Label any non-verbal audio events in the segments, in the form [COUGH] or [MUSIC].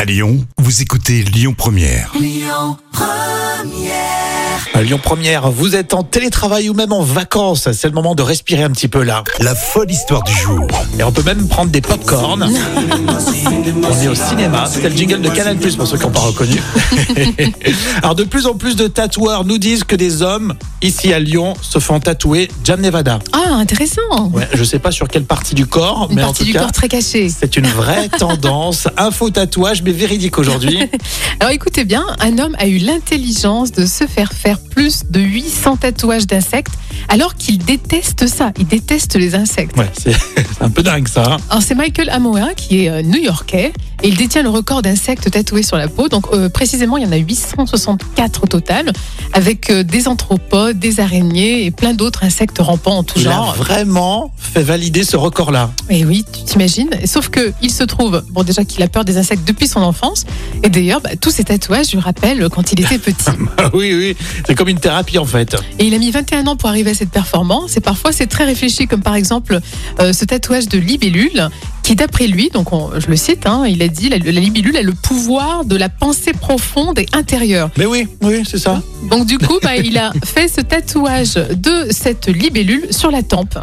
À Lyon, vous écoutez Lyon Première. À Lyon Première, vous êtes en télétravail ou même en vacances, c'est le moment de respirer un petit peu là. La folle histoire du jour. Et on peut même prendre des pop-corn. on est au cinéma, c'était le jingle de Canal+, pour ceux qui n'ont pas reconnu. [LAUGHS] Alors de plus en plus de tatoueurs nous disent que des hommes, ici à Lyon, se font tatouer Jam Nevada. Ah, intéressant. Ouais, je sais pas sur quelle partie du corps, Une mais en partie tout du cas... corps très cachée. C'est une [LAUGHS] vraie tendance, info tatouage, mais véridique aujourd'hui. Alors écoutez bien, un homme a eu l'intelligence de se faire faire plus de 800 tatouages d'insectes alors qu'il déteste ça. Il déteste les insectes. Ouais, c'est c'est un peu dingue ça. hein. Alors c'est Michael Amoa qui est euh, new-yorkais et il détient le record d'insectes tatoués sur la peau. Donc euh, précisément, il y en a 864 au total avec euh, des anthropodes, des araignées et plein d'autres insectes rampants en tout Il genre. a vraiment fait valider ce record-là. Et oui, tu t'imagines. Sauf que il se trouve, bon déjà qu'il a peur des insectes depuis son enfance, et d'ailleurs bah, tous ses tatouages lui rappellent quand il [LAUGHS] était petit. Ah oui, oui, c'est comme une thérapie en fait. Et il a mis 21 ans pour arriver à cette performance. Et parfois c'est très réfléchi, comme par exemple euh, ce tatouage de libellule, qui d'après lui, donc on- je le cite, hein, il a dit la, la libellule a le pouvoir de la pensée profonde et intérieure. Mais oui, oui, c'est ça. Donc du coup, bah, il [LAUGHS] a fait ce tatouage de cette libellule sur la tempe.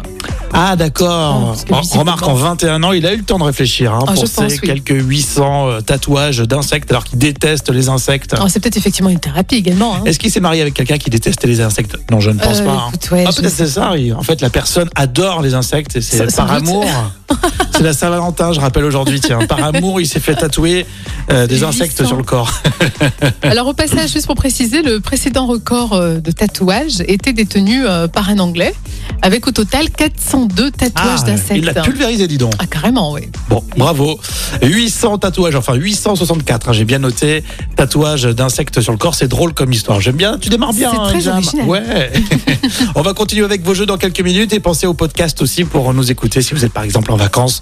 Ah Oh, d'accord. parce que En- visiblement- remarque, en 21 ans, il a eu le temps de réfléchir hein, Ah, pour je pense, ces oui. quelques 800 euh, tatouages d'insectes alors qu'il déteste les insectes. Alors, c'est peut-être effectivement une thérapie également. hein. Est-ce qu'il s'est marié avec quelqu'un qui détestait les insectes Non, je ne pense Euh, pas. hein. écoute, ouais, ah je- peut-être c'est ça. oui. En fait, la personne adore les insectes et c'est Sans- sans par doute. [LAUGHS] amour. c'est la Saint-Valentin, je rappelle aujourd'hui. Tiens, par amour, il s'est fait tatouer euh, des Les insectes 800. sur le corps. Alors au passage, juste pour préciser, le précédent record euh, de tatouage était détenu euh, par un Anglais, avec au total 402 tatouages Ah, il l'a d'insectes. pulvérisé, dis donc. Ah carrément, oui. Bon, bravo. 800 tatouages, enfin 864, hein, j'ai bien noté. Tatouages d'insectes sur le corps, c'est drôle comme histoire. J'aime bien, tu démarres bien. C'est hein, très Jam. original. Ouais. [LAUGHS] On va continuer avec vos jeux dans quelques minutes et pensez au podcast aussi pour nous écouter si vous êtes par exemple en vacances.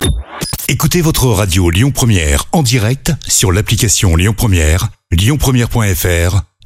Écoutez votre radio Lyon Première en direct sur l'application Lyon Première, lyonpremière.fr